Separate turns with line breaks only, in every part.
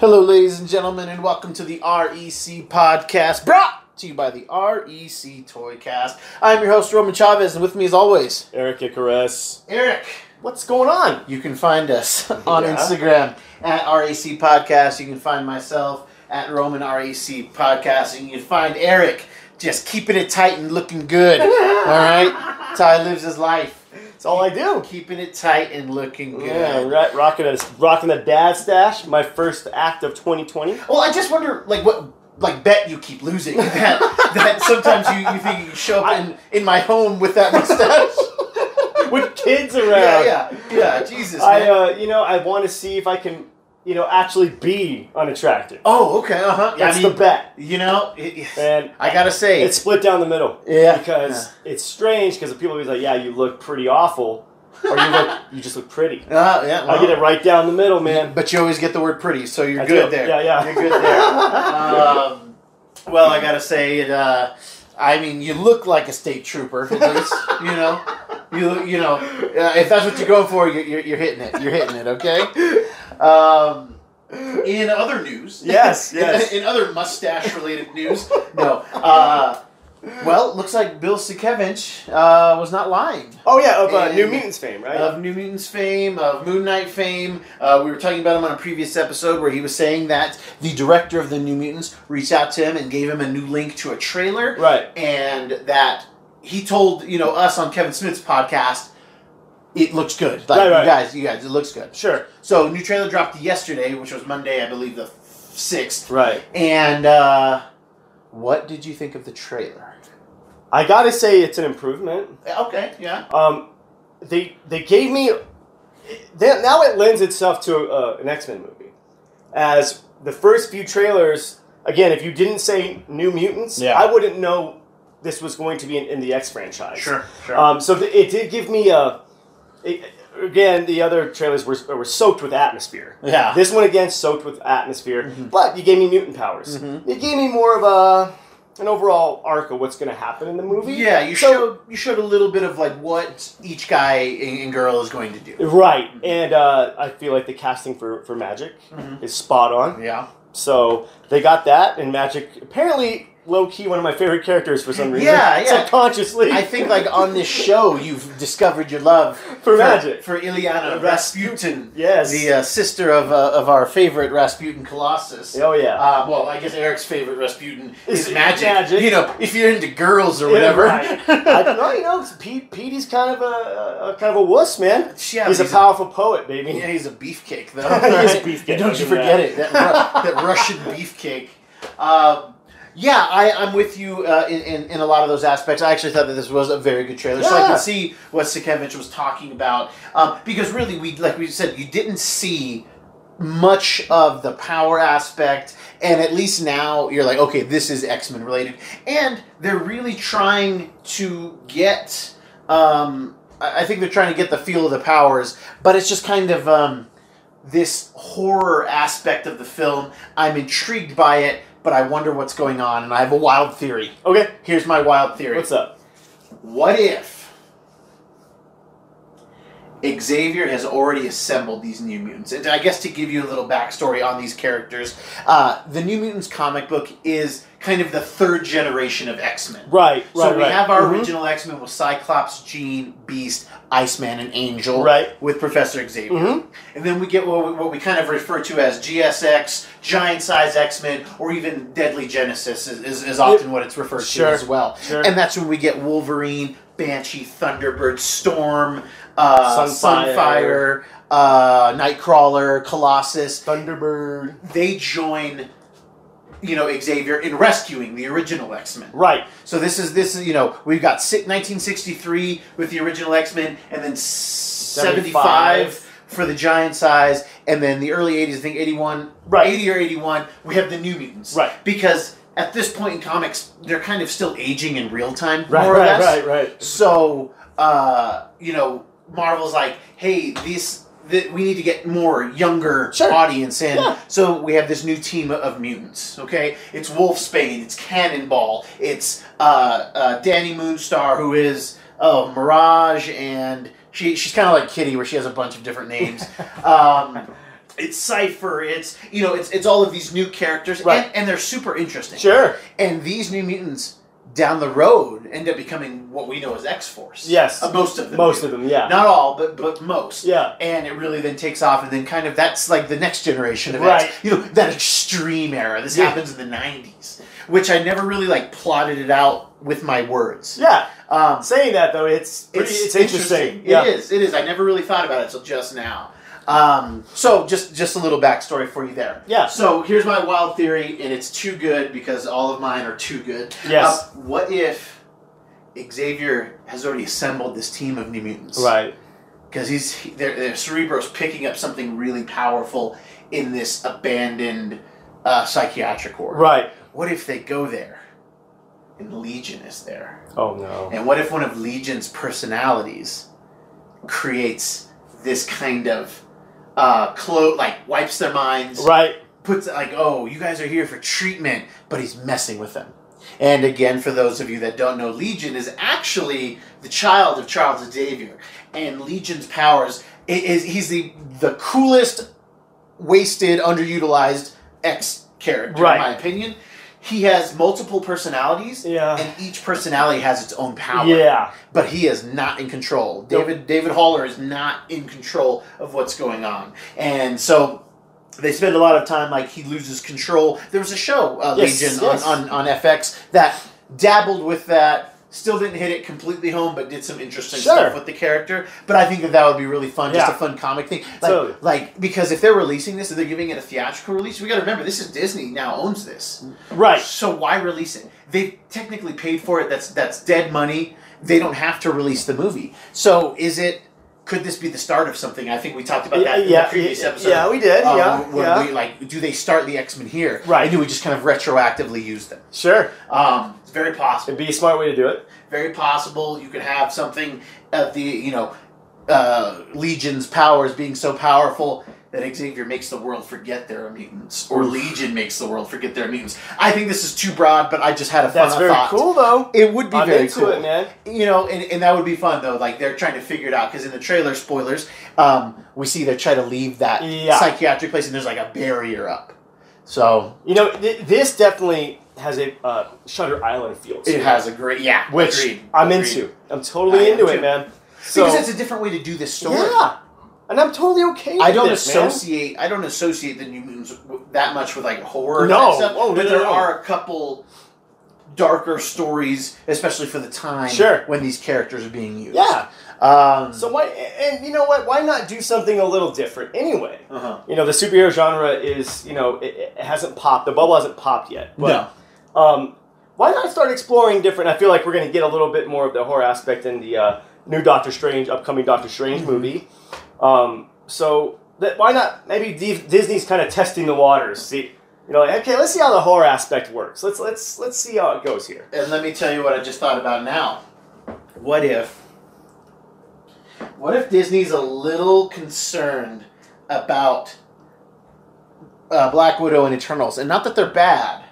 Hello, ladies and gentlemen, and welcome to the REC podcast brought to you by the REC Toycast. I'm your host, Roman Chavez, and with me, as always,
Eric Icarus.
Eric.
What's going on?
You can find us on
Yeah.
Instagram at REC Podcast. You can find myself at Roman REC Podcast, and you can find Eric just keeping it tight and looking good. All right? That's how he lives his life.
That's all I do.
Keeping it tight and looking good.
Yeah, right, rocking a rocking the dad stash. My first act of 2020.
Well, I just wonder, like, what, like, bet you keep losing that. that sometimes you, you think you show up in, in my home with that mustache.
With kids around.
yeah, yeah, yeah. Jesus,
I,
man.
uh, you know, I want to see if I can, you know, actually be unattractive.
oh, okay, uh huh.
That's
I mean,
the bet.
You know, it,
And
I gotta say,
it's split down the middle.
yeah,
Because it's strange because people will be like, yeah, you look pretty awful. Or you look, you just look pretty.
yeah, uh, yeah
I
well,
get it right down the middle, man.
But you always get the word pretty, so you're
I
good
do.
there.
Yeah, yeah.
You're good there. um, well, I gotta say it. Uh, I mean, you look like a state trooper. At least you know. You you know, uh, if that's what you're going for, you're, you're, you're hitting it. You're hitting it. Okay. Um, in other news,
Yes, yes.
in other mustache-related news, no. Uh, well, looks like Bill Sienkiewicz uh, was not lying
Oh yeah, of uh,
And-
New Mutants fame, right?
of New Mutants fame, of Moon Knight fame. Uh, we were talking about him on a previous episode where he was saying that the director of the New Mutants reached out to him and gave him a new link to a trailer,
right.
and that he told you know us on Kevin Smith's podcast. It looks good. Like,
Right, right.
You guys, you guys, it looks good.
Sure.
So, new trailer dropped yesterday, which was Monday, I believe, the 6th.
Right.
And uh, what did you think of the trailer?
I gotta say it's an improvement.
Okay, yeah.
Um, they they gave me they, now it lends itself to uh, an X Men movie, as the first few trailers. Again, if you didn't say New Mutants,
Yeah.
I wouldn't know this was going to be in, in the X franchise.
sure.
Um, so th- it did give me a. It, again, the other trailers were, were soaked with atmosphere.
yeah.
This one again soaked with atmosphere,
Mm-hmm.
but you gave me mutant powers.
Mhm.
You gave me more of a an overall arc of what's going to happen in the movie.
Yeah, you
So-
showed you showed a little bit of like what each guy and and girl is going to do.
Right, and uh, I feel like the casting for, for Magic
Mhm.
is spot on.
Yeah,
So they got that, and Magic apparently low key one of my favorite characters for some reason.
Yeah, yeah.
Subconsciously,
I think like on this show you've discovered your love
for Magic.
for Ileana Rasputin,
Yes.
the uh, sister of uh, of our favorite Rasputin Colossus.
oh yeah.
Uh, well, I guess Eric's favorite Rasputin is
Is
magic.
magic.
You know, if you're into girls or
Yeah,
whatever.
right. I don't know. You know, it's Pete. Petey's kind of a, a kind of a wuss, man.
Yeah,
he's, a powerful poet, baby.
Yeah, he's a beefcake though.
He is a beefcake,
Don't you
look at
forget
that.
it. That, Ru- that Russian beefcake. Um, yeah, I, I'm with you uh, in, in, in a lot of those aspects. I actually thought that this was a very good trailer, so I
Yeah.
can see what Sikevich was talking about. Um, because really, we like we said, you didn't see much of the power aspect, and at least now you're like, okay, this is X Men related, and they're really trying to get. Um, I I think they're trying to get the feel of the powers, but it's just kind of um, this horror aspect of the film. I'm intrigued by it, but I wonder what's going on, and I have a wild theory.
Okay,
Here's my wild theory.
what's up?
What if Xavier has already assembled these New Mutants? And I guess to give you a little backstory on these characters, uh, the New Mutants comic book is kind of the third generation of X Men.
Right, right,
So we
right.
have our
Mhm.
original X Men with Cyclops, Jean, Beast, Iceman, and Angel.
Right.
With Professor Xavier.
Mhm.
And then we get what we, what we kind of refer to as GSX, Giant Size X Men, or even Deadly Genesis is, is, is often what it's referred
Sure.
to as well.
Sure.
And that's when we get Wolverine, Banshee, Thunderbird, Storm, uh, Sunfire,
Sunfire.
uh, Nightcrawler, Colossus.
Thunderbird.
They join, you know, Xavier in rescuing the original X Men.
Right.
So this is this is you know we've got si- 1963 with the original X Men, and then 75 for the giant size, and then the early 80s. I think 81,
Right.
80 or 81. We have the New Mutants,
Right.
Because at this point in comics, they're kind of still aging in real time,
Right,
more or
right,
less.
right, right.
So uh, you know, Marvel's like, hey, this. That we need to get more younger
Sure.
audience in,
Yeah.
so we have this new team of mutants. Okay, it's Wolf Spade, it's Cannonball, it's uh, uh, Danny Moonstar, who is oh Mirage, and she she's kind of like Kitty, where she has a bunch of different names. um, it's Cipher, it's you know, it's it's all of these new characters,
Right.
and, and they're super interesting.
Sure.
And these new mutants down the road end up becoming what we know as X Force.
Yes.
Uh, most of them.
Most
do.
of them, yeah.
Not all, but but most.
Yeah.
And it really then takes off, and then kind of that's like the next generation of
Right.
X. You know, that extreme era. This
Yeah.
happens in the '90s, which I never really like plotted it out with my words.
Yeah.
Um,
Saying that though, it's pretty, it's, interesting. Yeah.
It is. It is. I never really thought about it till just now. Um, so just just a little backstory for you there.
Yeah.
So here's my wild theory, and it's too good because all of mine are too good.
Yes.
Uh, what if Xavier has already assembled this team of New Mutants?
Right.
Because he's he- their their Cerebro's picking up something really powerful in this abandoned uh, psychiatric ward.
Right.
What if they go there, and Legion is there?
Oh no.
And what if one of Legion's personalities creates this kind of uh, clo- like wipes their minds,
Right.
puts it like, oh, you guys are here for treatment, but he's messing with them. And again, for those of you that don't know, Legion is actually the child of Charles Xavier, and Legion's powers i- is he's the the coolest, wasted, underutilized ex character,
Right.
in my opinion. He has multiple personalities,
Yeah.
and each personality has its own power.
Yeah.
But he is not in control. David David Haller is not in control of what's going on. And so they spend a lot of time like he loses control. There was a show, uh,
Yes,
Legion,
yes.
On, on, on FX that dabbled with that. Still didn't hit it completely home, but did some interesting
Sure.
stuff with the character. But I think that that would be really fun, just
Yeah.
a fun comic thing. Like,
Totally.
like because if they're releasing this and they're giving it a theatrical release, we got to remember this is Disney now owns this.
Right.
So why release it? They technically paid for it. That's that's dead money. They don't have to release the movie. So is it? Could this be the start of something? I think we talked about that in
yeah.
the previous
yeah,
episode.
yeah, we did.
Um,
yeah.
when
yeah.
we, like, do they start the X Men here?
Right.
And do we just kind of retroactively use them?
sure.
Um, it's very possible.
It'd be a smart way to do it.
Very possible. You could have something of the you know uh, Legion's powers being so powerful that Xavier makes the world forget there are mutants, or Legion makes the world forget there are mutants. I think this is too broad, but I just had a fun
That's very
thought.
cool though.
It would be
I'm
very
into
cool,
it, man.
You know, and, and that would be fun though. Like they're trying to figure it out because in the trailer spoilers, um, we see they try to leave that
Yeah.
psychiatric place, and there's like a barrier up. So
You know, th- this definitely has a uh, Shutter Island feel. to
it has a great yeah,
which
agreed,
I'm
agreed.
into. I'm totally
I am
into it,
too.
man. So
because it's a different way to do this story.
yeah, and I'm totally okay. With
I don't
this, man.
associate. I don't associate the New Mutants w- that much with like horror.
No.
and stuff,
Oh, no,
but
no,
there
no.
are a couple darker stories, especially for the time
Sure.
when these characters are being used.
Yeah.
Um,
So why? And you know what? Why not do something a little different anyway?
uh-huh.
You know, the superhero genre is you know it, it hasn't popped. The bubble hasn't popped yet.
no.
But, Um, why not start exploring different? I feel like we're going to get a little bit more of the horror aspect in the uh, new Doctor Strange, upcoming Doctor Strange
Mm-hmm.
movie. Um, so that, why not? Maybe D- Disney's kind of testing the waters. See, you know, like, okay, let's see how the horror aspect works. Let's let's let's see how it goes here.
And let me tell you what I just thought about now. What if? What if Disney's a little concerned about uh, Black Widow and Eternals, and not that they're bad,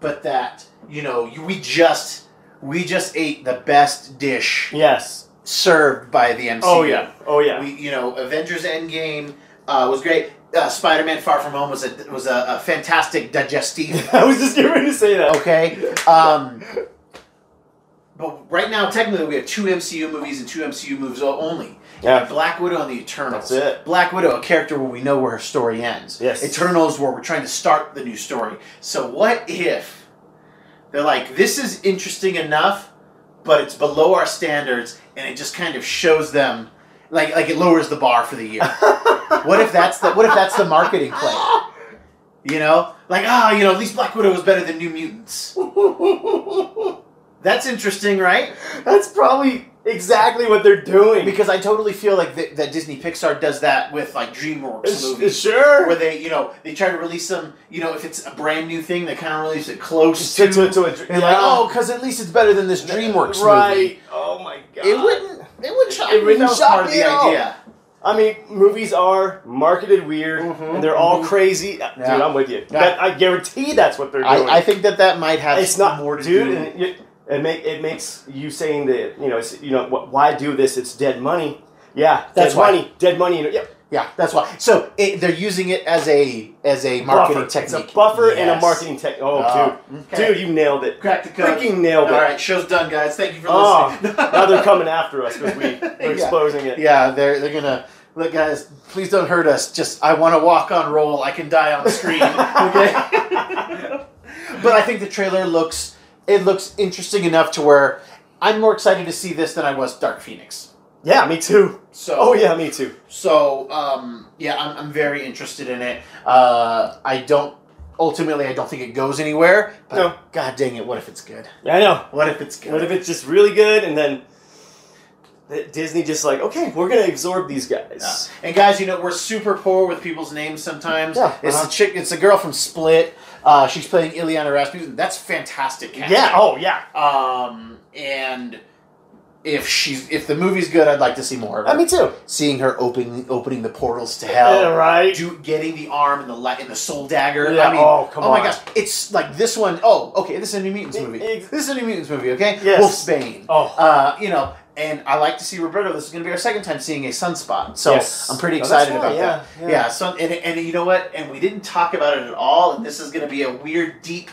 but that you know you- we just we just ate the best dish
Yes.
served by the MCU.
Oh yeah. Oh yeah.
We you know Avengers Endgame uh, was great. Uh, Spider-Man: Far From Home was a was a, a fantastic digestive.
I was just getting ready to say
Oh,
that.
Okay. Um, but right now, technically, we have two MCU movies and two MCU movies o- only.
Yeah.
Black Widow and the Eternals.
That's it.
Black Widow, a character where we know where her story ends.
Yes.
Eternals, where we're trying to start the new story. So what if they're like, this is interesting enough, but it's below our standards, and it just kind of shows them, like, like it lowers the bar for the year. what if that's the What if that's the marketing play? You know, like ah, you know, at least Black Widow was better than New Mutants. That's interesting, right?
That's probably exactly what they're doing.
Because I totally feel like that, that Disney Pixar does that with like DreamWorks
It's- it's
movies,
sure.
where they, you know, they try to release them. You know, if it's a brand new thing, they kind of release it close
to,
to.
to, to a,
And like, oh, because at least it's better than this DreamWorks
right.
movie.
Oh my god.
It wouldn't. It wouldn't shock
It
me.
wouldn't
That was
shock
part of
me
the
at all.
idea.
I mean, movies are marketed weird,
Mhm,
and they're all
mhm.
crazy. Uh, Dude,
Yeah.
I'm with you.
Yeah.
That, I guarantee that's what they're doing.
I, I think that that might have
it's not
more to
dude.
do.
and It, you- it make it makes you saying that you know it's, you know wh- why do this? It's dead money. Yeah,
That's
dead
why.
money. Dead money. You know, yeah,
Yeah, that's why. So it, they're using it as a as a marketing
buffer.
technique.
It's a buffer and a
Yes.
marketing technique. Oh,
Oh,
dude,
okay.
dude, you nailed it.
Crack the code.
Freaking nailed it.
All right, show's done, guys. Thank you for
Oh,
listening.
now they're coming after us because we
Yeah.
we're exposing it.
Yeah, they're they're gonna look, guys. Please don't hurt us. Just I want to walk on roll. I can die on the screen. Okay. but I think the trailer looks it looks interesting enough to where I'm more excited to see this than I was Dark Phoenix.
Yeah, me too.
So
Oh yeah, me too.
so um, yeah, I'm, I'm very interested in it. Uh, I don't. Ultimately, I don't think it goes anywhere. But
No.
God dang it! What if it's good?
I know.
What if it's good?
What if it's just really good and then that Disney just like, okay, we're gonna absorb these guys.
And guys, you know we're super poor with people's names sometimes.
Yeah,
it's
uh-huh.
a chick. It's a girl from Split. Uh, she's playing Ileana Rasputin. That's fantastic.
Yeah.
Casting.
Oh yeah.
Um, and if she's if the movie's good, I'd like to see more. Of her.
Uh, me too.
seeing her opening opening the portals to hell.
Yeah, right.
Do, getting the arm and the la- and the soul dagger.
Yeah,
I mean,
oh, come
my
on.
gosh, it's like this one oh okay, this is a New Mutants
It-
movie.
it-
This is a New Mutants movie. Okay,
Yes.
Wolfsbane.
Oh.
uh, you know, and I like to see Roberto. This is going to be our second time seeing a sunspot, so
Yes.
I'm pretty
Oh, that's
excited about
right, yeah,
that.
yeah.
so and and you know what? And we didn't talk about it at all. And this is going to be a weird deep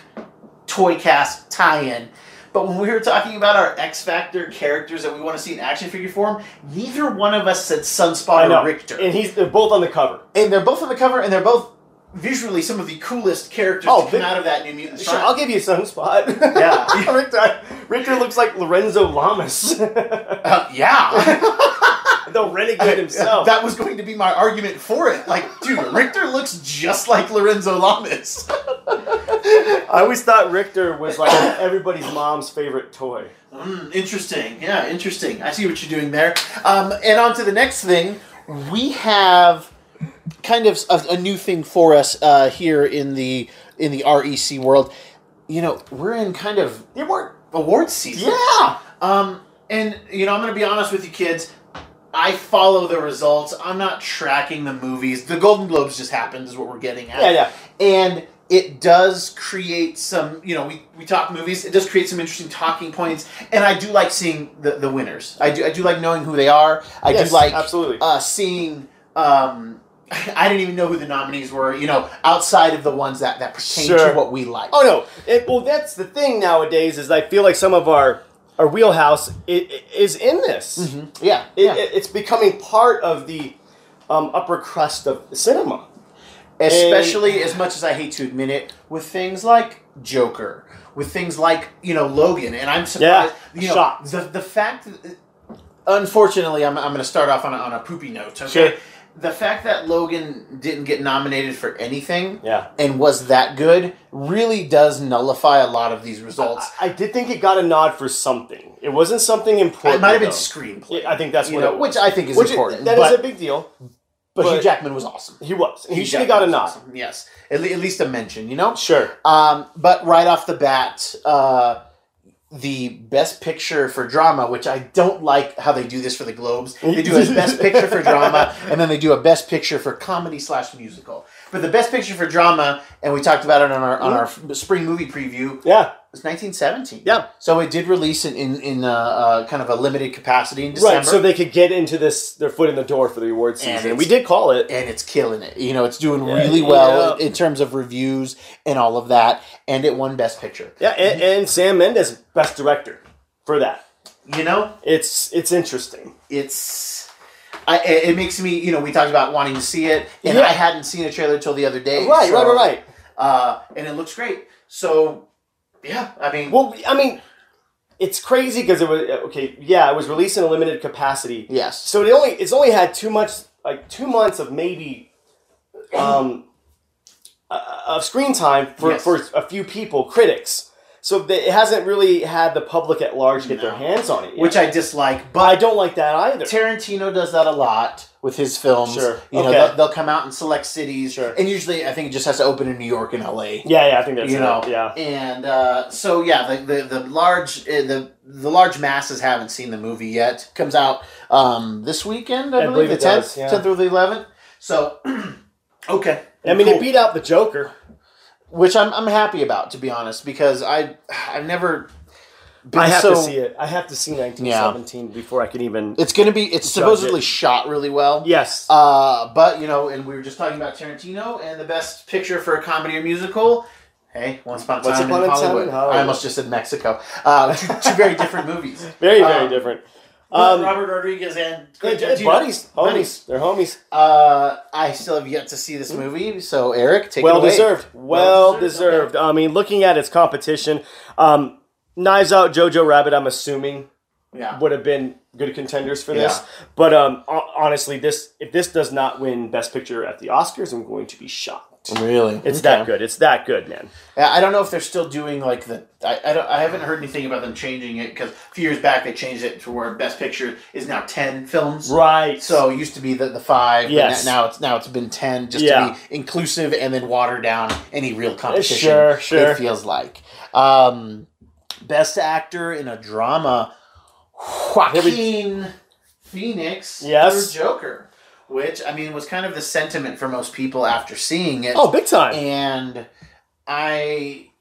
toy cast tie-in. But when we were talking about our X Factor characters that we want to see in action figure form, neither one of us said
I
Sunspot
know.
or Richter.
And he's they're both on the cover.
And they're both on the cover, and they're both visually some of the coolest characters
Oh,
to come
they-
out of that New Mutants.
Sure,
run.
I'll give you Sunspot.
Yeah.
Richter, Richter looks like Lorenzo Lamas, the
Uh, yeah.
renegade himself.
That was going to be my argument for it. Like, dude, Richter looks just like Lorenzo Lamas.
I always thought Richter was like everybody's mom's favorite toy.
Mm, interesting. Yeah, interesting. I see what you're doing there. Um, and on to the next thing. We have kind of a, a new thing for us uh, here in the in the REC world. You know, we're in kind of
They weren't.
awards season.
Yeah.
Um, and you know, I'm gonna be honest with you, kids. I follow the results. I'm not tracking the movies. The Golden Globes just happened, is what we're getting at.
Yeah, yeah.
And it does create some, you know, we, we talk movies. It does create some interesting talking points, and I do like seeing the, the winners. I do I do like knowing who they are. I
yes,
do like
absolutely.
uh, seeing. Um, I didn't even know who the nominees were. You know, outside of the ones that that pertain
Sure.
to what we like.
oh no. It, well, that's the thing nowadays is I feel like some of our our wheelhouse is, is in this.
yeah,
It,
yeah.
it- it's becoming part of the um, upper crust of cinema.
especially as much as I hate to admit it, with things like Joker, with things like you know Logan, and I'm surprised.
Yeah,
you know,
shocked.
The the fact, that, unfortunately, I'm I'm going to start off on a, on a poopy note. Okay,
Sure.
the fact that Logan didn't get nominated for anything
Yeah.
and was that good really does nullify a lot of these results.
I, I did think it got a nod for something. It wasn't something important.
it might have been
though.
screenplay.
Yeah, I think that's
you
what
know,
it was.
which I think is
Which
important.
that is
but,
a big deal.
but Hugh
but-
Jackman was awesome.
He was. He
Hugh
should have got a
Jackman was
nod.
awesome. Yes, at, le- at least a mention. You know.
Sure.
Um, but right off the bat, uh, the best picture for drama, which I don't like how they do this for the Globes. They do a best picture for drama, and then they do a best picture for comedy slash musical. But the best picture for drama, and we talked about it on our on our f- spring movie preview,
Yeah.
was 1917.
Yeah.
So it did release in in, in uh, uh, kind of a limited capacity in December.
Right. So they could get into this their foot in the door for the awards
And
season.
it's-
we did call it.
and it's killing it. You know, it's doing
Yeah.
really well
Yeah.
in, in terms of reviews and all of that. And it won Best Picture.
Yeah, and, and Sam Mendes best director for that.
You know,
It's it's interesting.
it's I, it it makes me you know we talked about wanting to see it and
Yeah.
i hadn't seen a trailer till the other day
Right,
so,
right, right, right.
uh, and it looks great so yeah i mean
Well, I mean, it's crazy because it was okay. Yeah, it was released in a limited capacity.
yes
So it only it's only had too much like two months of maybe um uh, of screen time for,
Yes.
for a few people critics. So they, it hasn't really had the public at large get their
No.
hands on it. Yet.
which i dislike
I
but
don't like that either.
tarantino does that a lot with his films
Sure,
you know
okay.
they'll, they'll come out in select cities
Sure.
and usually i think it just has to open in new york and la
yeah, yeah, I think that's
you
it.
know
Yeah.
and uh, so yeah the, the, the large uh, the the large masses haven't seen the movie yet comes out um, this weekend i,
I
believe,
believe it
the 10th
does, yeah.
10th through the 11th so okay
I mean,
Cool.
it beat out the Joker.
which I'm, I'm happy about to be honest because i i've never
I have
so-
to see it. I have to see 1917 before I can even.
It's gonna be. It's
Judge
supposedly
it.
shot really well.
Yes.
Uh, but you know, and we were just talking about Tarantino and the best picture for a comedy or musical. Hey, Once Upon a Time,
Once Upon a
in,
Time in
Hollywood.
Hollywood.
I almost just said Mexico. Uh, two, two very different movies.
very,
uh,
very different.
Um,
Um,
Robert Rodriguez and
they're- they're
Tarantino.
buddies, homies.
Buddies.
They're homies.
Uh, I still have yet to see this movie, so Eric, take
well
it away.
deserved. Well,
Well
deserved.
deserved,
I mean, looking at its competition, um, Knives Out, Jojo Rabbit. I'm assuming
Yeah.
would have been good contenders for this. But um, ho- honestly, this if this does not win Best Picture at the Oscars, I'm going to be shocked.
Really,
It's that good. It's that good, man.
Yeah, I don't know if they're still doing like the. I I, don't, I haven't heard anything about them changing it because a few years back they changed it to where Best Picture is now ten films.
Right.
So it used to be the, the five. but
Yes.
na- now it's now it's been ten, just
Yeah.
to be inclusive and then water down any real competition.
Sure, sure.
It feels like um, best actor in a drama,
Here we-
Joaquin Phoenix
Yes.
for Joker, which I mean was kind of the sentiment for most people after seeing it
oh, big time.
and I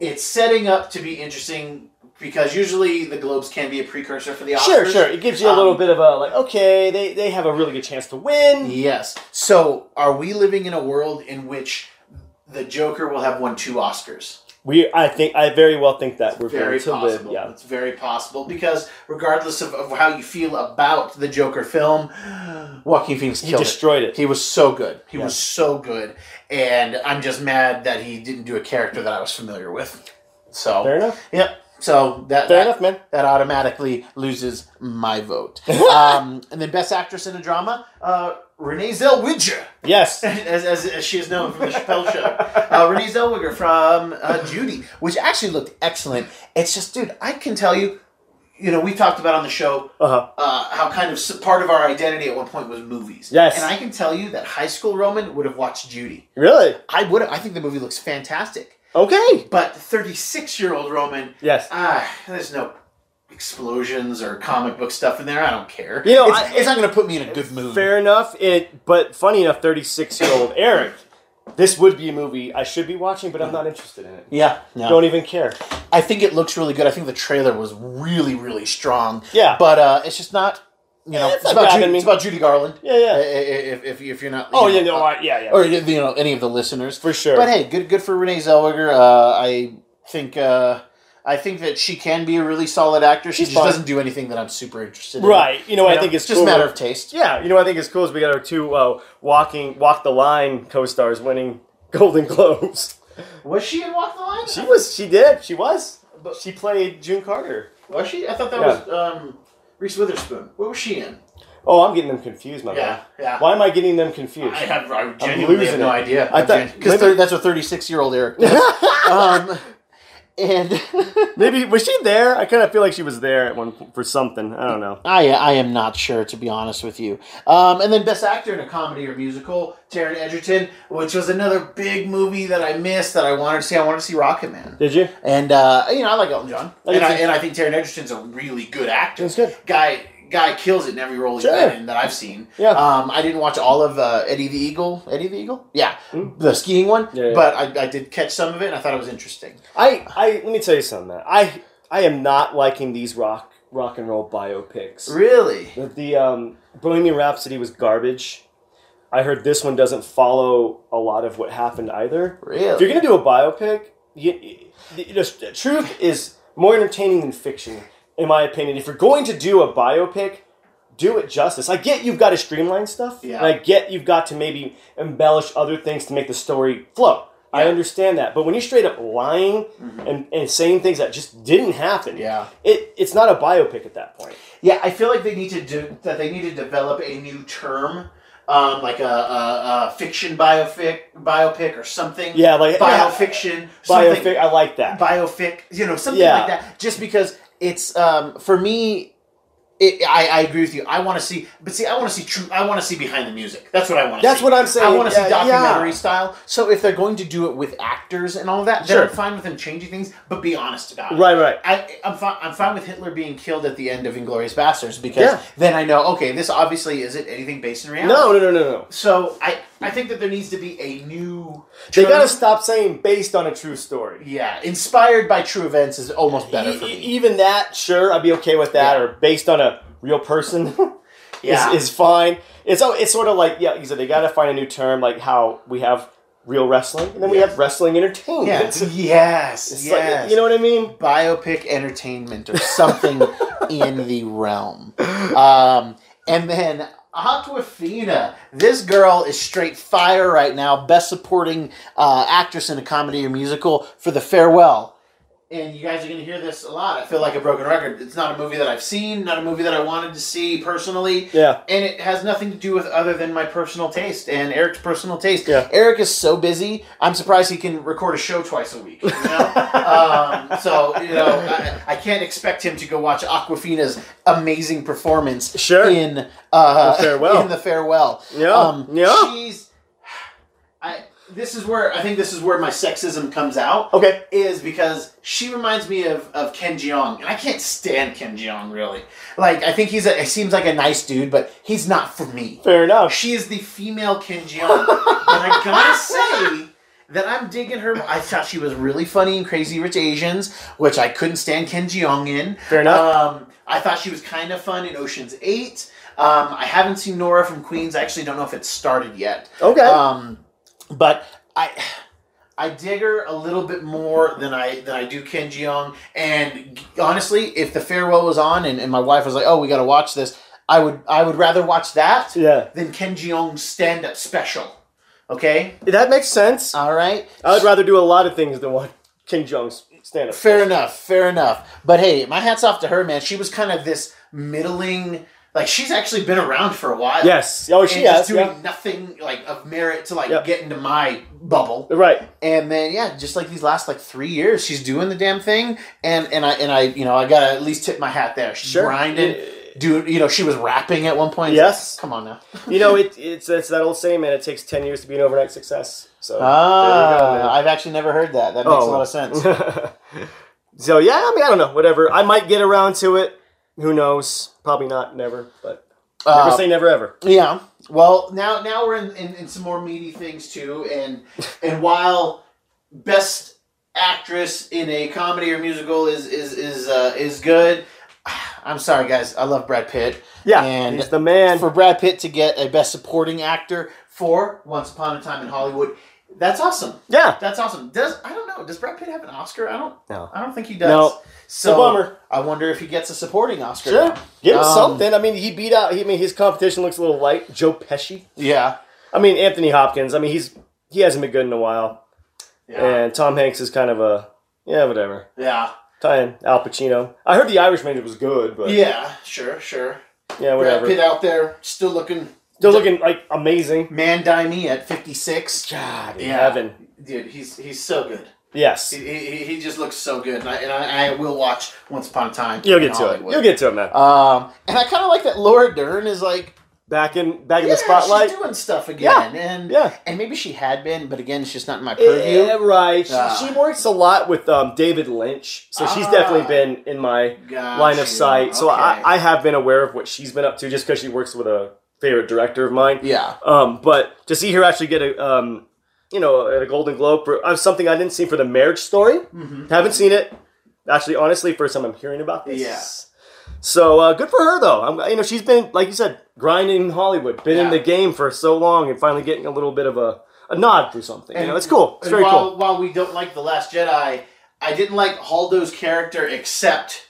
it's setting up to be interesting because usually the Globes can be a precursor for the Oscars.
Sure, sure. It gives you a little
Um,
bit of a like, okay, they, they have a really good chance to win.
Yes. So, are we living in a world in which the Joker will have won two Oscars?
We, I think, I very well think that we're
Very
going to
possible.
live. Yeah,
It's very possible because regardless of, of how you feel about the Joker film, Joaquin Phoenix
he
killed it.
destroyed it.
He was so good. He
Yeah.
was so good, and I'm just mad that he didn't do a character that I was familiar with. So
Fair enough.
Yep. So that
Fair
that,
enough, man.
that automatically loses my vote. um, and then best actress in a drama, uh, Renee Zellweger,
Yes.
as, as, as she is known from the Chappelle Show. Uh, Renee Zellweger from uh, Judy, which actually looked excellent. It's just, dude, I can tell you, you know, we talked about on the show
Uh huh.
uh, how kind of s- part of our identity at one point was movies.
Yes.
And I can tell you that High School Roman would have watched Judy.
Really?
I would. have I think the movie looks fantastic.
Okay.
But 36 year old Roman
Yes.
Ah, there's no explosions or comic book stuff in there. I don't care.
You know,
it's,
I-
it's not going to put me in a good mood.
Fair enough. It, but funny enough, thirty-six year old Eric. This would be a movie I should be watching, but I'm not interested in it.
Yeah, no.
Don't even care.
I think it looks really good. I think the trailer was really, really strong.
Yeah.
but uh, it's just not. You know,
Yeah, it's
it's,
not
about
grabbing
Judy,
me.
it's about Judy Garland.
Yeah, yeah.
I- I- If, if, if you're not, you
oh
know,
yeah, no, I, yeah, yeah,
or you know any of the listeners.
for sure.
But hey, good good for Renee Zellweger. Uh, I think uh, I think that she can be a really solid actor. She
She's
just
fine.
doesn't do anything that I'm super interested in.
right. You know,
You
I
know,
think it's
just
cool.
a matter of taste.
Yeah, you know, I think it's cool is we got our two uh, walking walk the line co-stars winning Golden Globes.
Was she in Walk the Line?
She was, she did, she was. She played June Carter.
Was she? I thought that
Yeah.
was um, Reese Witherspoon. What was she in?
Oh, I'm getting them confused, my man.
yeah.
Why am I getting them confused?
I have. I
losing
genuinely have no
it.
idea.
I thought-
because that's what thirty-six year old Eric. Does. um, and
Maybe was she there? I kind of feel like she was there at one po- for something. I don't know.
I I am not sure to be honest with you. Um, and then best actor in a comedy or musical, Taron Egerton, which was another big movie that I missed that I wanted to see. I wanted to see Rocket Man.
Did you?
And uh, you know I like Elton John,
Like
and I,
it's-
and I think Taron Egerton's a really good actor.
That's good.
guy guy kills it in every role he's
Sure.
been in that I've seen.
Yeah.
Um, I didn't watch all of uh, Eddie the Eagle. Eddie the Eagle? Yeah.
Hmm.
The skiing one.
Yeah, yeah.
But I, I did catch some of it and I thought it was interesting.
I, I let me tell you something. Man. I I am not liking these rock rock and roll biopics.
Really?
The, the um, Bohemian Rhapsody was garbage. I heard this one doesn't follow a lot of what happened either. If you're
Really?
gonna do a biopic, you, you, you know, the truth is more entertaining than fiction, in my opinion. If you're going to do a biopic, do it justice. I get you've got to streamline stuff,
Yeah.
and I get you've got to maybe embellish other things to make the story flow. I
Yeah. Mm-hmm.
understand that, but when you're straight up lying and, and saying things that just didn't happen,
Yeah.
it, it's not a biopic at that point.
Yeah, I feel like they need to do that they need to develop a new term. Um, like a, a, a fiction biopic, biopic or something.
Yeah, like
Biofiction. something-
Biopic, I like that.
biofic, you know, something
Yeah.
like that. Just because it's um, for me, it, I, I agree with you. I want to see, but see, I want to see true. I want to see behind the music. That's what I want.
That's
see.
what I'm saying.
I want to
Yeah,
see documentary style. So if they're going to do it with actors and all that,
Sure.
then I'm fine with them changing things, but be honest about it.
Right, right.
I, I'm fine. I'm fine with Hitler being killed at the end of Inglorious Bastards because
Yeah.
then I know okay, this obviously isn't anything based in reality.
No, no, no, no, no.
So I I think that there needs to be a new.
They
term.
gotta stop saying based on a true story.
Yeah, inspired by true events is almost better
E-
for
e-
me.
even that, sure, I'd be okay with that.
Yeah.
Or based on a real person
Yeah.
is, is fine. It's oh, it's sort of like yeah, you said they got to find a new term, like how we have real wrestling, and then we
Yes.
have wrestling entertainment.
Yeah.
It's,
yes.
it's like-
yes.
you know what I mean?
biopic entertainment or something in the realm. Um, and then Aquafina. This girl is straight fire right now. Best supporting uh, actress in a comedy or musical for The Farewell. And you guys are going to hear this a lot. I feel like a broken record. It's not a movie that I've seen, not a movie that I wanted to see personally.
Yeah.
And it has nothing to do with other than my personal taste and Eric's personal taste.
Yeah.
Eric is so busy. I'm surprised he can record a show twice a week. You know? um, so you know, I, I can't expect him to go watch Aquafina's amazing performance
Sure.
in uh,
The Farewell.
In the farewell. Um,
Yeah, yeah.
She's. I. This is where I think this is where my sexism comes out
Okay.
is because she reminds me of, of Ken Jeong, and I can't stand Ken Jeong really. Like I think he's a, he seems like a nice dude, but he's not for me.
Fair enough.
She is the female Kim Jong. and I gotta say that I'm digging her. I thought she was really funny in Crazy Rich Asians, which I couldn't stand Kim Jong in.
Fair enough.
Um, I thought she was kind of fun in Ocean's Eight. Um, I haven't seen Nora from Queens. I actually don't know if it started yet.
okay.
Um, but I. I dig her a little bit more than I than I do Ken Jeong. And honestly, if the farewell was on and, and my wife was like, "Oh, we got to watch this," I would I would rather watch that
yeah.
than Ken Jeong's stand-up special. Okay,
That makes sense.
all right.
I would rather do a lot of things than one King Jong's stand up.
Fair enough. Fair enough. But hey, my hats off to her, man. She was kind of this middling. Like she's actually been around for a while.
Yes. Oh,
And
she
just
has.
doing
yeah.
nothing like of merit to like
Yep.
get into my bubble.
Right.
And then yeah, just like these last like three years, she's doing the damn thing. And and I and I you know I gotta at least tip my hat there. She's
Sure.
grinding. Dude, you know she was rapping at one point.
Yes.
Come on now.
You know, it, it's it's that old saying, man. It takes ten years to be an overnight success. So
Ah,
there you go, man. Oh,
I've actually never heard that. That makes a lot of sense.
so yeah, I mean, I don't know. Whatever. I might get around to it. Who knows? Probably not. Never. But never
Uh,
say never ever.
Yeah. Well, now now we're in, in, in some more meaty things too, and and while best actress in a comedy or musical is is is uh, is good, I'm sorry guys, I love Brad Pitt.
Yeah.
and-
he's the man.
And for Brad Pitt to get a best supporting actor for Once Upon a Time in Hollywood, that's awesome.
yeah.
That's awesome. Does I don't know. Does Brad Pitt have an Oscar? I don't.
No.
I don't think he does.
No.
So
a bummer.
I wonder if he gets a supporting Oscar.
Sure.
now.
Give him
Um,
something. I mean, he beat out. He, I mean, his competition looks a little light. Joe Pesci.
Yeah.
I mean, Anthony Hopkins. I mean, he's he hasn't been good in a while.
Yeah.
And Tom Hanks is kind of a yeah, whatever.
Yeah.
Tying Al Pacino. I heard The Irishman was good, but yeah,
Yeah. Sure. Sure.
whatever.
Brad Pitt out there, still looking
Still looking like amazing.
man dimey at 56.
God,
Yeah.
heaven.
Dude, he's he's so good.
Yes,
He, he, he just looks so good, and I, and I, I will watch Once Upon a Time.
you'll
in
get to it.
Hollywood.
You'll get to it, man.
Um, and I kind of like that Laura Dern is like
Back in back in
yeah,
the spotlight.
she's doing stuff again,
Yeah.
and
Yeah. Eh,
and maybe she had been, but again, it's just not in my purview.
Yeah, right. She,
Ah.
she works a lot with um, David Lynch, so she's
Ah.
definitely been in my
Got
line
you.
of sight. So
Ah, Okay.
I, I have been aware of what she's been up to, just because she works with a favorite director of mine.
yeah,
Um, but to see her actually get a, um, you know, a Golden Globe for uh, something I didn't see for the Marriage Story.
Mm-hmm.
Haven't seen it. Actually, honestly, first time I'm hearing about this. So uh, good for her though. I'm, you know, she's been like you said, grinding in Hollywood, been
Yeah.
in the game for so long, and finally getting a little bit of a, a nod for something. you know, it's cool. It's
And
very
while,
cool.
While we don't like the Last Jedi, I didn't like Haldo's character except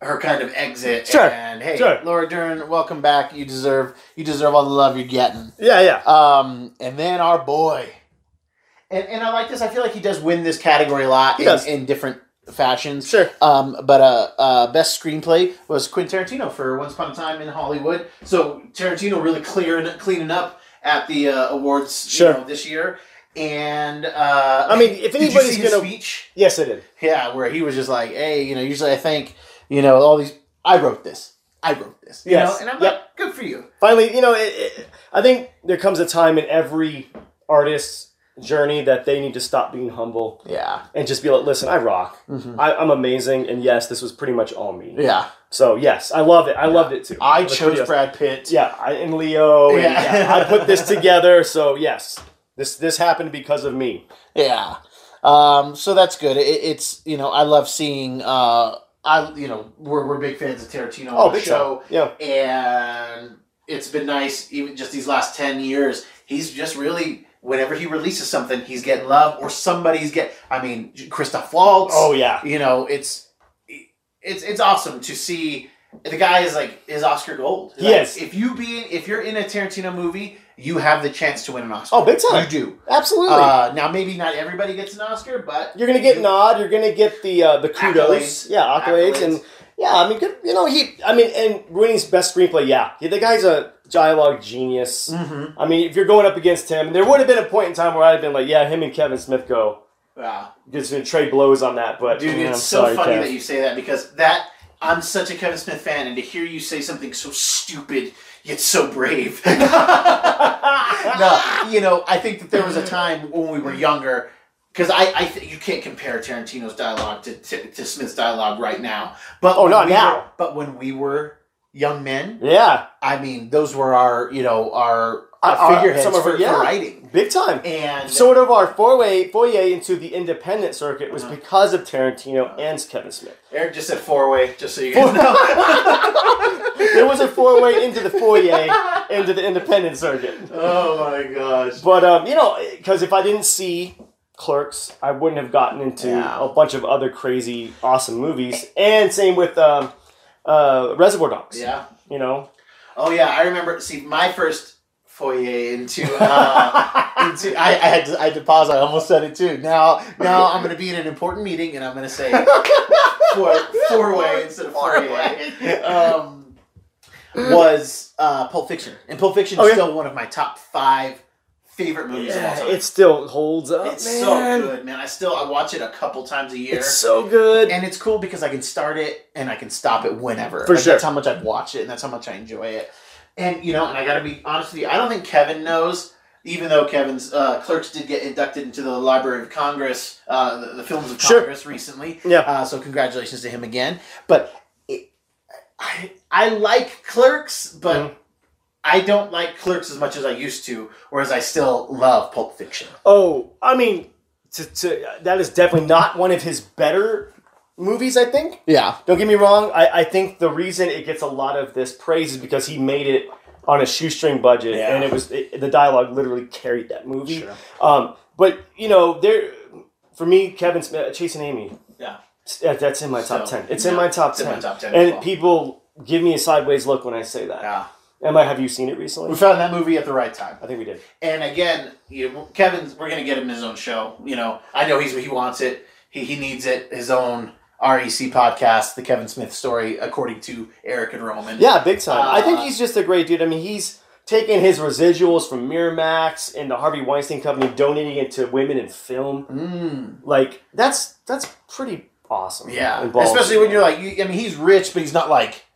her kind of exit.
Sure,
And hey,
sure.
Laura Dern, welcome back. You deserve you deserve all the love you're getting.
Yeah, yeah.
Um, and then our boy, and and I like this. I feel like he does win this category a lot
He
in,
does.
in different fashions.
Sure.
Um, but uh, uh, best screenplay was Quentin Tarantino for Once Upon a Time in Hollywood. So Tarantino really clearing cleaning up at the uh, awards
Sure.
you know, this year. And uh,
I mean, if
did you
anybody's
see his
gonna-
speech,
Yes, I did.
yeah, where he was just like, hey, you know, usually I think, you know, all these, I wrote this, I wrote this, you
Yes.
know, and I'm
Yep.
like, good for you.
Finally, you know, it, it, I think there comes a time in every artist's journey that they need to stop being humble
Yeah.
and just be like, listen, I rock.
Mhm.
I, I'm amazing, and yes, this was pretty much all me.
Yeah.
So yes, I love it. I loved it too.
I
It was
chose
pretty awesome.
Brad Pitt.
Yeah, I, and Leo. and
Yeah.
yeah, I put this together. So yes, this this happened because of me.
Yeah. Um, so that's good. It, it's you know I love seeing. Uh, I you know we're we're big fans of Tarantino on the
Oh, big
show,
time. Yeah.
and it's been nice even just these last ten years. He's just really whenever he releases something, he's getting love or somebody's get. I mean, Christoph Waltz.
Oh yeah.
you know it's it's it's awesome to see the guy is like is Oscar gold. Like,
Yes.
If you being if you're in a Tarantino movie, you have the chance to win an Oscar.
Oh, big time.
you do.
Absolutely.
Uh, now, maybe not everybody gets an Oscar, but
you're gonna get nod. You're gonna get the uh, the kudos.
Accolades.
Yeah, accolades, and yeah, I mean, good. You know, he. I mean, and winning best screenplay. Yeah, Yeah, the guy's a dialogue genius.
Mhm.
I mean, if you're going up against him, there would have been a point in time where I'd have been like, yeah, him and Kevin Smith go.
wow,
Just gonna trade blows on that, but
dude,
man,
it's
I'm
so
sorry,
funny
Kev.
that you say that because that I'm such a Kevin Smith fan, and to hear you say something so stupid yet so brave. no, you know, I think that there was a time when we were younger. Because I, I th- you can't compare Tarantino's dialogue to, to, to Smith's dialogue right now. But
Oh,
when
not
we
now.
were- but when we were young men,
yeah,
I mean, those were our, you know, our, our,
Our-
figureheads
some of
for,
our- yeah.
for writing.
big time.
And
Sort of our foray, foyer into the independent circuit was
Uh-huh.
because of Tarantino and Kevin Smith.
Eric just said four way, just so you guys know.
There was a foray into the foyer, into the independent circuit.
oh my gosh.
But um, you know, because if I didn't see Clerks, I wouldn't have gotten into
Yeah.
a bunch of other crazy, awesome movies. And same with um, uh, Reservoir Dogs.
Yeah.
You know,
Oh yeah, I remember. See, my first foyer into. Uh, into, I, I had to, I had to pause. I almost said it too. Now, now I'm going to be in an important meeting, and I'm going to say four, four way instead of four way. Um, was uh, Pulp Fiction, and Pulp Fiction
Oh,
is
yeah.
still one of my top five favorite movies of all
yeah,
time.
it still holds up.
It's
man.
so good, man. I still I watch it a couple times a year.
It's so good.
and it's cool because I can start it and I can stop it whenever.
For
Like,
sure.
That's how much I've watched it and that's how much I enjoy it. And you know, and I gotta be honest with you, I don't think Kevin knows. Even though Kevin's uh, clerks did get inducted into the Library of Congress, uh, the, the Films of
Sure.
Congress recently,
yeah.
uh, so congratulations to him again. But it, I I like Clerks, but
Mhm.
I don't like Clerks as much as I used to, whereas I still love Pulp Fiction.
Oh, I mean, to, to, that is definitely not one of his better movies. I think.
Yeah,
Don't get me wrong. I, I think the reason it gets a lot of this praise is because he made it on a shoestring budget,
Yeah.
and it was it, the dialogue literally carried that movie.
Sure.
Um, but you know, there for me, Kevin Smith, Chasing Amy.
Yeah.
S- that- that's in my top
So,
ten. It's in
yeah,
my top
it's in
ten.
my top 10 as
And
well.
people give me a sideways look when I say that.
yeah.
Am I? Have you seen it
We
recently?
found that movie at the right time.
I think we did.
And again, you know, Kevin's. We're gonna get him his own show. You know, I know he's he wants it. He he needs it. His own REC podcast, the Kevin Smith story, according to Eric and Roman.
Yeah, big time. I think
Uh,
he's just a great dude. I mean, he's taking his residuals from Miramax and the Harvey Weinstein Company, donating it to women in film.
Mm,
like that's that's pretty awesome.
yeah.
And ballsy.
Especially when you're like, you, I mean, he's rich, but he's not like,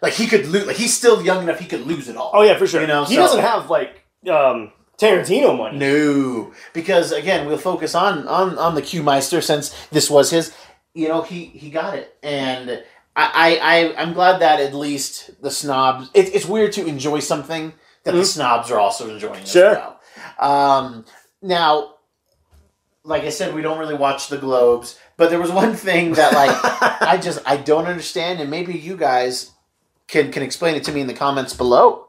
like he could lose. Like he's still young enough. He could lose it all.
oh yeah, for sure.
You know,
he
so-
doesn't have like um, Tarantino money.
No, because again, we'll focus on on on the Q Meister since this was his. You know, he he got it, and I I, I I'm glad that at least the snobs. It, it's weird to enjoy something that the
Mhm.
snobs are also enjoying
Sure.
as well. Um, now, like I said, we don't really watch the Globes, but there was one thing that like I just I don't understand, and maybe you guys can can explain it to me in the comments below.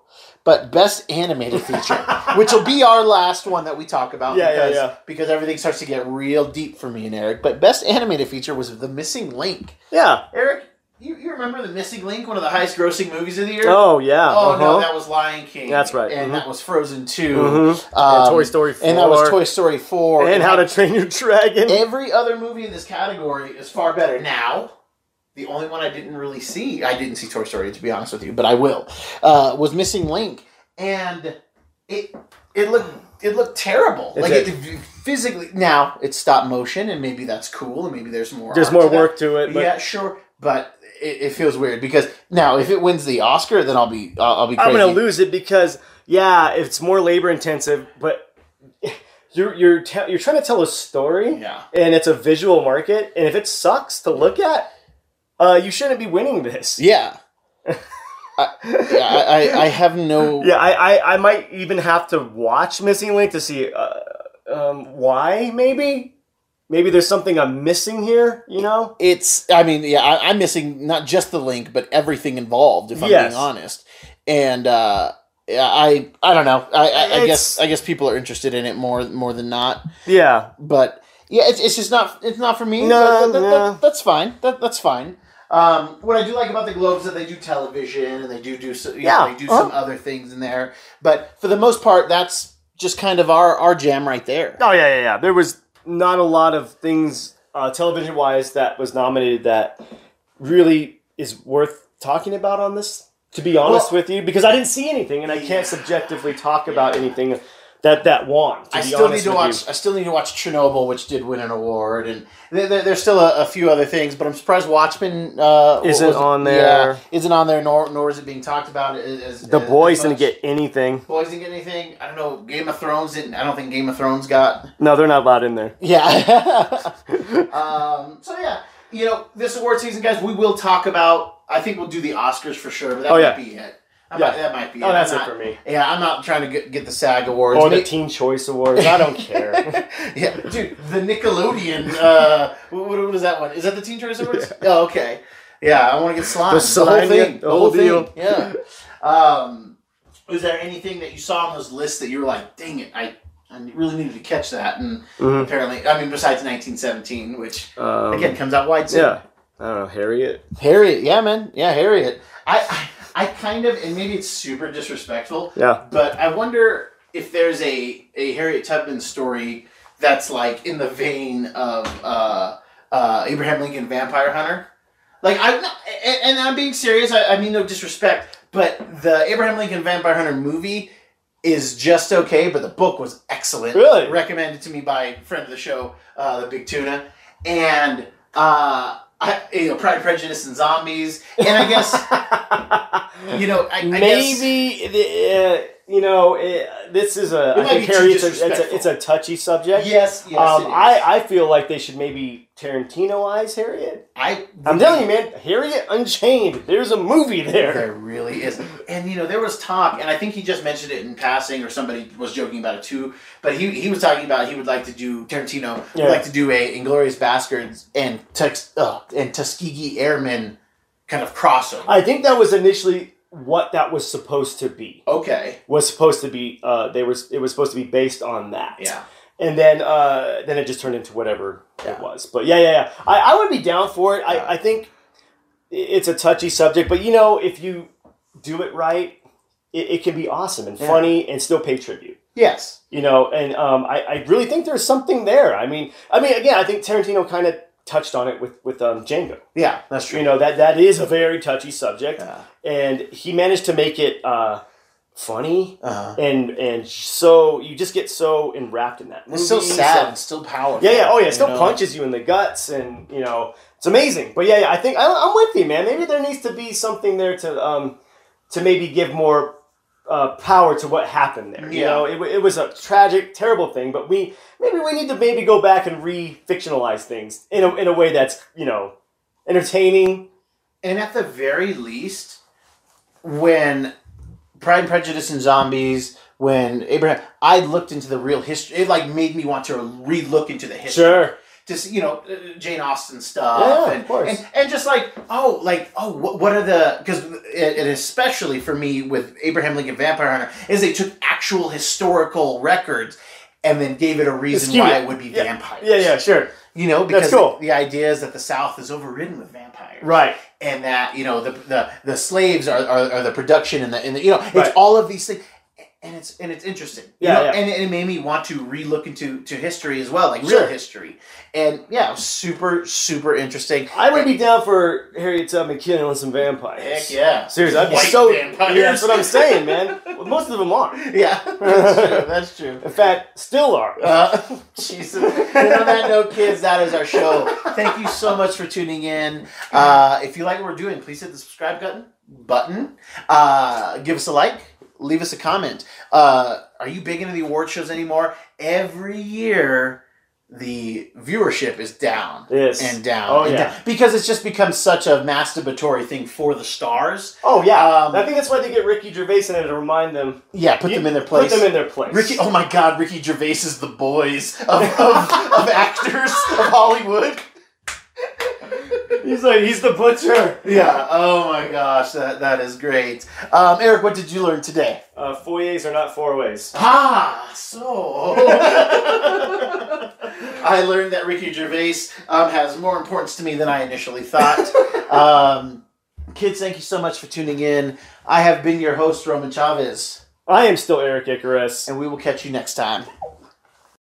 But best animated feature, which will be our last one that we talk about,
Yeah, yeah,
because,
yeah.
because everything starts to get real deep for me and Eric. But best animated feature was The Missing Link.
yeah.
Eric, you, you remember The Missing Link, one of the highest grossing movies of the year?
Oh yeah.
Oh, no,
uh-huh.
that was Lion King.
That's right.
and
Mhm.
that was Frozen too.
Mhm.
Um,
And Toy Story
and that was
4.
Toy Story four.
and How to Train Your Dragon.
Every other movie in this category is far better. Now, the only one I didn't really see, I didn't see Toy Story to be honest with you, but I will, uh, was Missing Link, and it it looked it looked terrible.
It
like
did.
it physically. Now it's stop motion, and maybe that's cool, and maybe there's more.
There's
art
more
to that.
work to it, but
yeah, sure, but it, it feels weird because now if it wins the Oscar, then I'll be I'll, I'll be. Crazy.
I'm gonna lose it because yeah, it's more labor intensive, but you're you're te- you're trying to tell a story,
Yeah.
and it's a visual market, and if it sucks to look at, uh, you shouldn't be winning this.
Yeah. I, yeah, I, I, I have no.
Yeah, I, I, I might even have to watch Missing Link to see uh, um, why, maybe. Maybe there's something I'm missing here, you know?
It's. I mean, yeah, I, I'm missing not just the link, but everything involved. If I'm
Yes.
being honest, and uh, yeah, I, I don't know. I, I, I
It's-
guess, I guess people are interested in it more, more than not.
Yeah.
But yeah, it's, it's just not. It's not for me.
No,
That- that- that-
no.
that's fine. That, that's fine. Um, what I do like about the Globes is that they do television and they do do so, you know,
Yeah,
they do
uh-huh.
some other things in there. But for the most part, that's just kind of our our jam right there.
Oh, yeah, yeah, yeah. There was not a lot of things uh, television wise that was nominated that really is worth talking about on this, to be honest with you, because I didn't see anything and I can't subjectively talk about anything that that won. To
I
be
still need
honest
to
with
watch.
You.
I still need to watch Chernobyl, which did win an award, and there, there, there's still a, a few other things. But I'm surprised Watchmen uh,
Isn't
was-
on there.
Yeah, isn't on there, nor nor is it being talked about. As, as-
The
as
boys
much.
didn't get anything.
Boys didn't get anything. I don't know. Game of Thrones didn't. I don't think Game of Thrones got.
No, they're not allowed in there.
Yeah. um, so yeah, you know, this award season, guys, we will talk about. I think we'll do the Oscars for sure, but that
Oh,
might
yeah.
be it. I
Yeah.
might- that might be.
Oh,
it.
that's
I'm
it
not-
for me.
Yeah, I'm not trying to get, get the SAG awards.
Or the
May-
Teen Choice Awards. I don't care.
yeah, dude, the Nickelodeon. Uh, what, what- what is that one? Is that the Teen Choice Awards? Oh, okay. Yeah, I want to get slimed. The, whole
slime,
thing.
yeah,
The whole
deal.
thing. Yeah. Um, was there anything that you saw on those lists that you were like, "Dang it, I, I really needed to catch that"? And
Mhm.
apparently, I mean, besides 1917, which
Um,
again comes out wide. soon.
yeah. I don't know, Harriet.
Harriet. Yeah, man. Yeah, Harriet. I, I, I kind of, and maybe it's super disrespectful,
Yeah.
but I wonder if there's a, a Harriet Tubman story that's like in the vein of uh, uh, Abraham Lincoln Vampire Hunter. Like I'm not, and, and I'm being serious. I, I mean no disrespect, but the Abraham Lincoln Vampire Hunter movie is just okay, but the book was excellent.
Really?
recommended to me by a friend of the show, uh, the Big Tuna, and uh, I, you know Pride, and Prejudice, and Zombies, and I guess you know I, I guess-
Maybe the, uh, you know uh this is
It
a. I
might
think
be too
Harriet's a, it's a
disrespectful.
it's a touchy subject.
Yes, yes.
um,
it is.
I I feel like they should maybe Tarantinoize Harriet.
I,
I'm telling you, man, Harriet Unchained. There's a movie there.
there really is. And you know, there was talk, and I think he just mentioned it in passing, or somebody was joking about it too. But he he was talking about he would like to do Tarantino
Yeah.
would like to do a Inglorious Bastards and Tex uh, and Tuskegee Airmen kind of crossover.
I think that was initially what that was supposed to be.
okay,
Was supposed to be. Uh, they were. It was supposed to be based on that.
yeah,
and then uh, then it just turned into whatever
Yeah.
it was. But yeah, yeah, yeah. I, I would be down for it. I,
Yeah.
I think i- it's a touchy subject, but you know, if you do it right, it, it can be awesome and
Yeah.
funny and still pay tribute.
yes,
You know, and um, I, I really think there's something there. I mean, I mean, again, I think Tarantino kind of touched on it with with um, Django.
yeah, that's true.
You know that that is a very touchy subject,
Yeah.
and he managed to make it uh, funny
Uh-huh.
and and so you just get so enwrapped in that.
It's still
movie,
sad
so-
and still powerful.
yeah, yeah. Oh, yeah. It
you
still
know?
punches you in the guts, and you know it's amazing. But yeah, yeah I think I, I'm with you, man. Maybe there needs to be something there to um to maybe give more uh, power to what happened there. You
Yeah.
know, it, wa- it was a tragic, terrible thing, but we maybe we need to maybe go back and re-fictionalize things in a in a way that's you know entertaining.
And at the very least, when Pride and Prejudice and Zombies, when Abraham, I looked into the real history. It like made me want to re-look into the history.
Sure.
To see, you know, uh, Jane Austen stuff.
Yeah, of
and,
course.
And, and just like, oh, like, oh, what, what are the, because, and especially for me with Abraham Lincoln Vampire Hunter, is they took actual historical records and then gave it a reason
Skewed
why
it.
it would be
Yeah.
vampires.
Yeah, yeah, sure.
You know,
That's
because
cool.
the, the idea is that the South is overridden with vampires
Right.
and that you know the the, the slaves are, are, are the production and the, and the you know it's
Right.
all of these things and it's and it's interesting you
Yeah,
know?
yeah.
And, and it made me want to re-look into to history as well like
Sure.
real history and yeah super super interesting
I would be down for Harriet Tubman killing some vampires.
heck yeah
Seriously, I'd be
White
so.
vampires.
Yeah, that's what I'm saying, man. Well, most of them are.
yeah that's true that's true
In fact, still are.
Uh, Jesus. And on that note, kids, that is our show. Thank you so much for tuning in. Uh, if you like what we're doing, please hit the subscribe button. Button. Uh, give us a like. leave us a comment. Uh, are you big into the award shows anymore? Every year, the viewership is down
Yes.
and down,
Oh,
and
yeah.
down. because it's just become such a masturbatory thing for the stars.
Oh yeah,
Um,
I think that's why they get Ricky Gervais in it to remind them.
Yeah, put
You-
them in their place.
Put them in their place.
Ricky, oh my God, Ricky Gervais is the boys of, of, of actors of Hollywood.
he's like he's the butcher.
Yeah. Oh my gosh, that that is great. Um, Eric, what did you learn today?
Uh, foyers are not four ways.
Ah, so I learned that Ricky Gervais um, has more importance to me than I initially thought. um, kids, thank you so much for tuning in. I have been your host, Roman Chavez,
I am still Eric Icarus.
and we will catch you next time.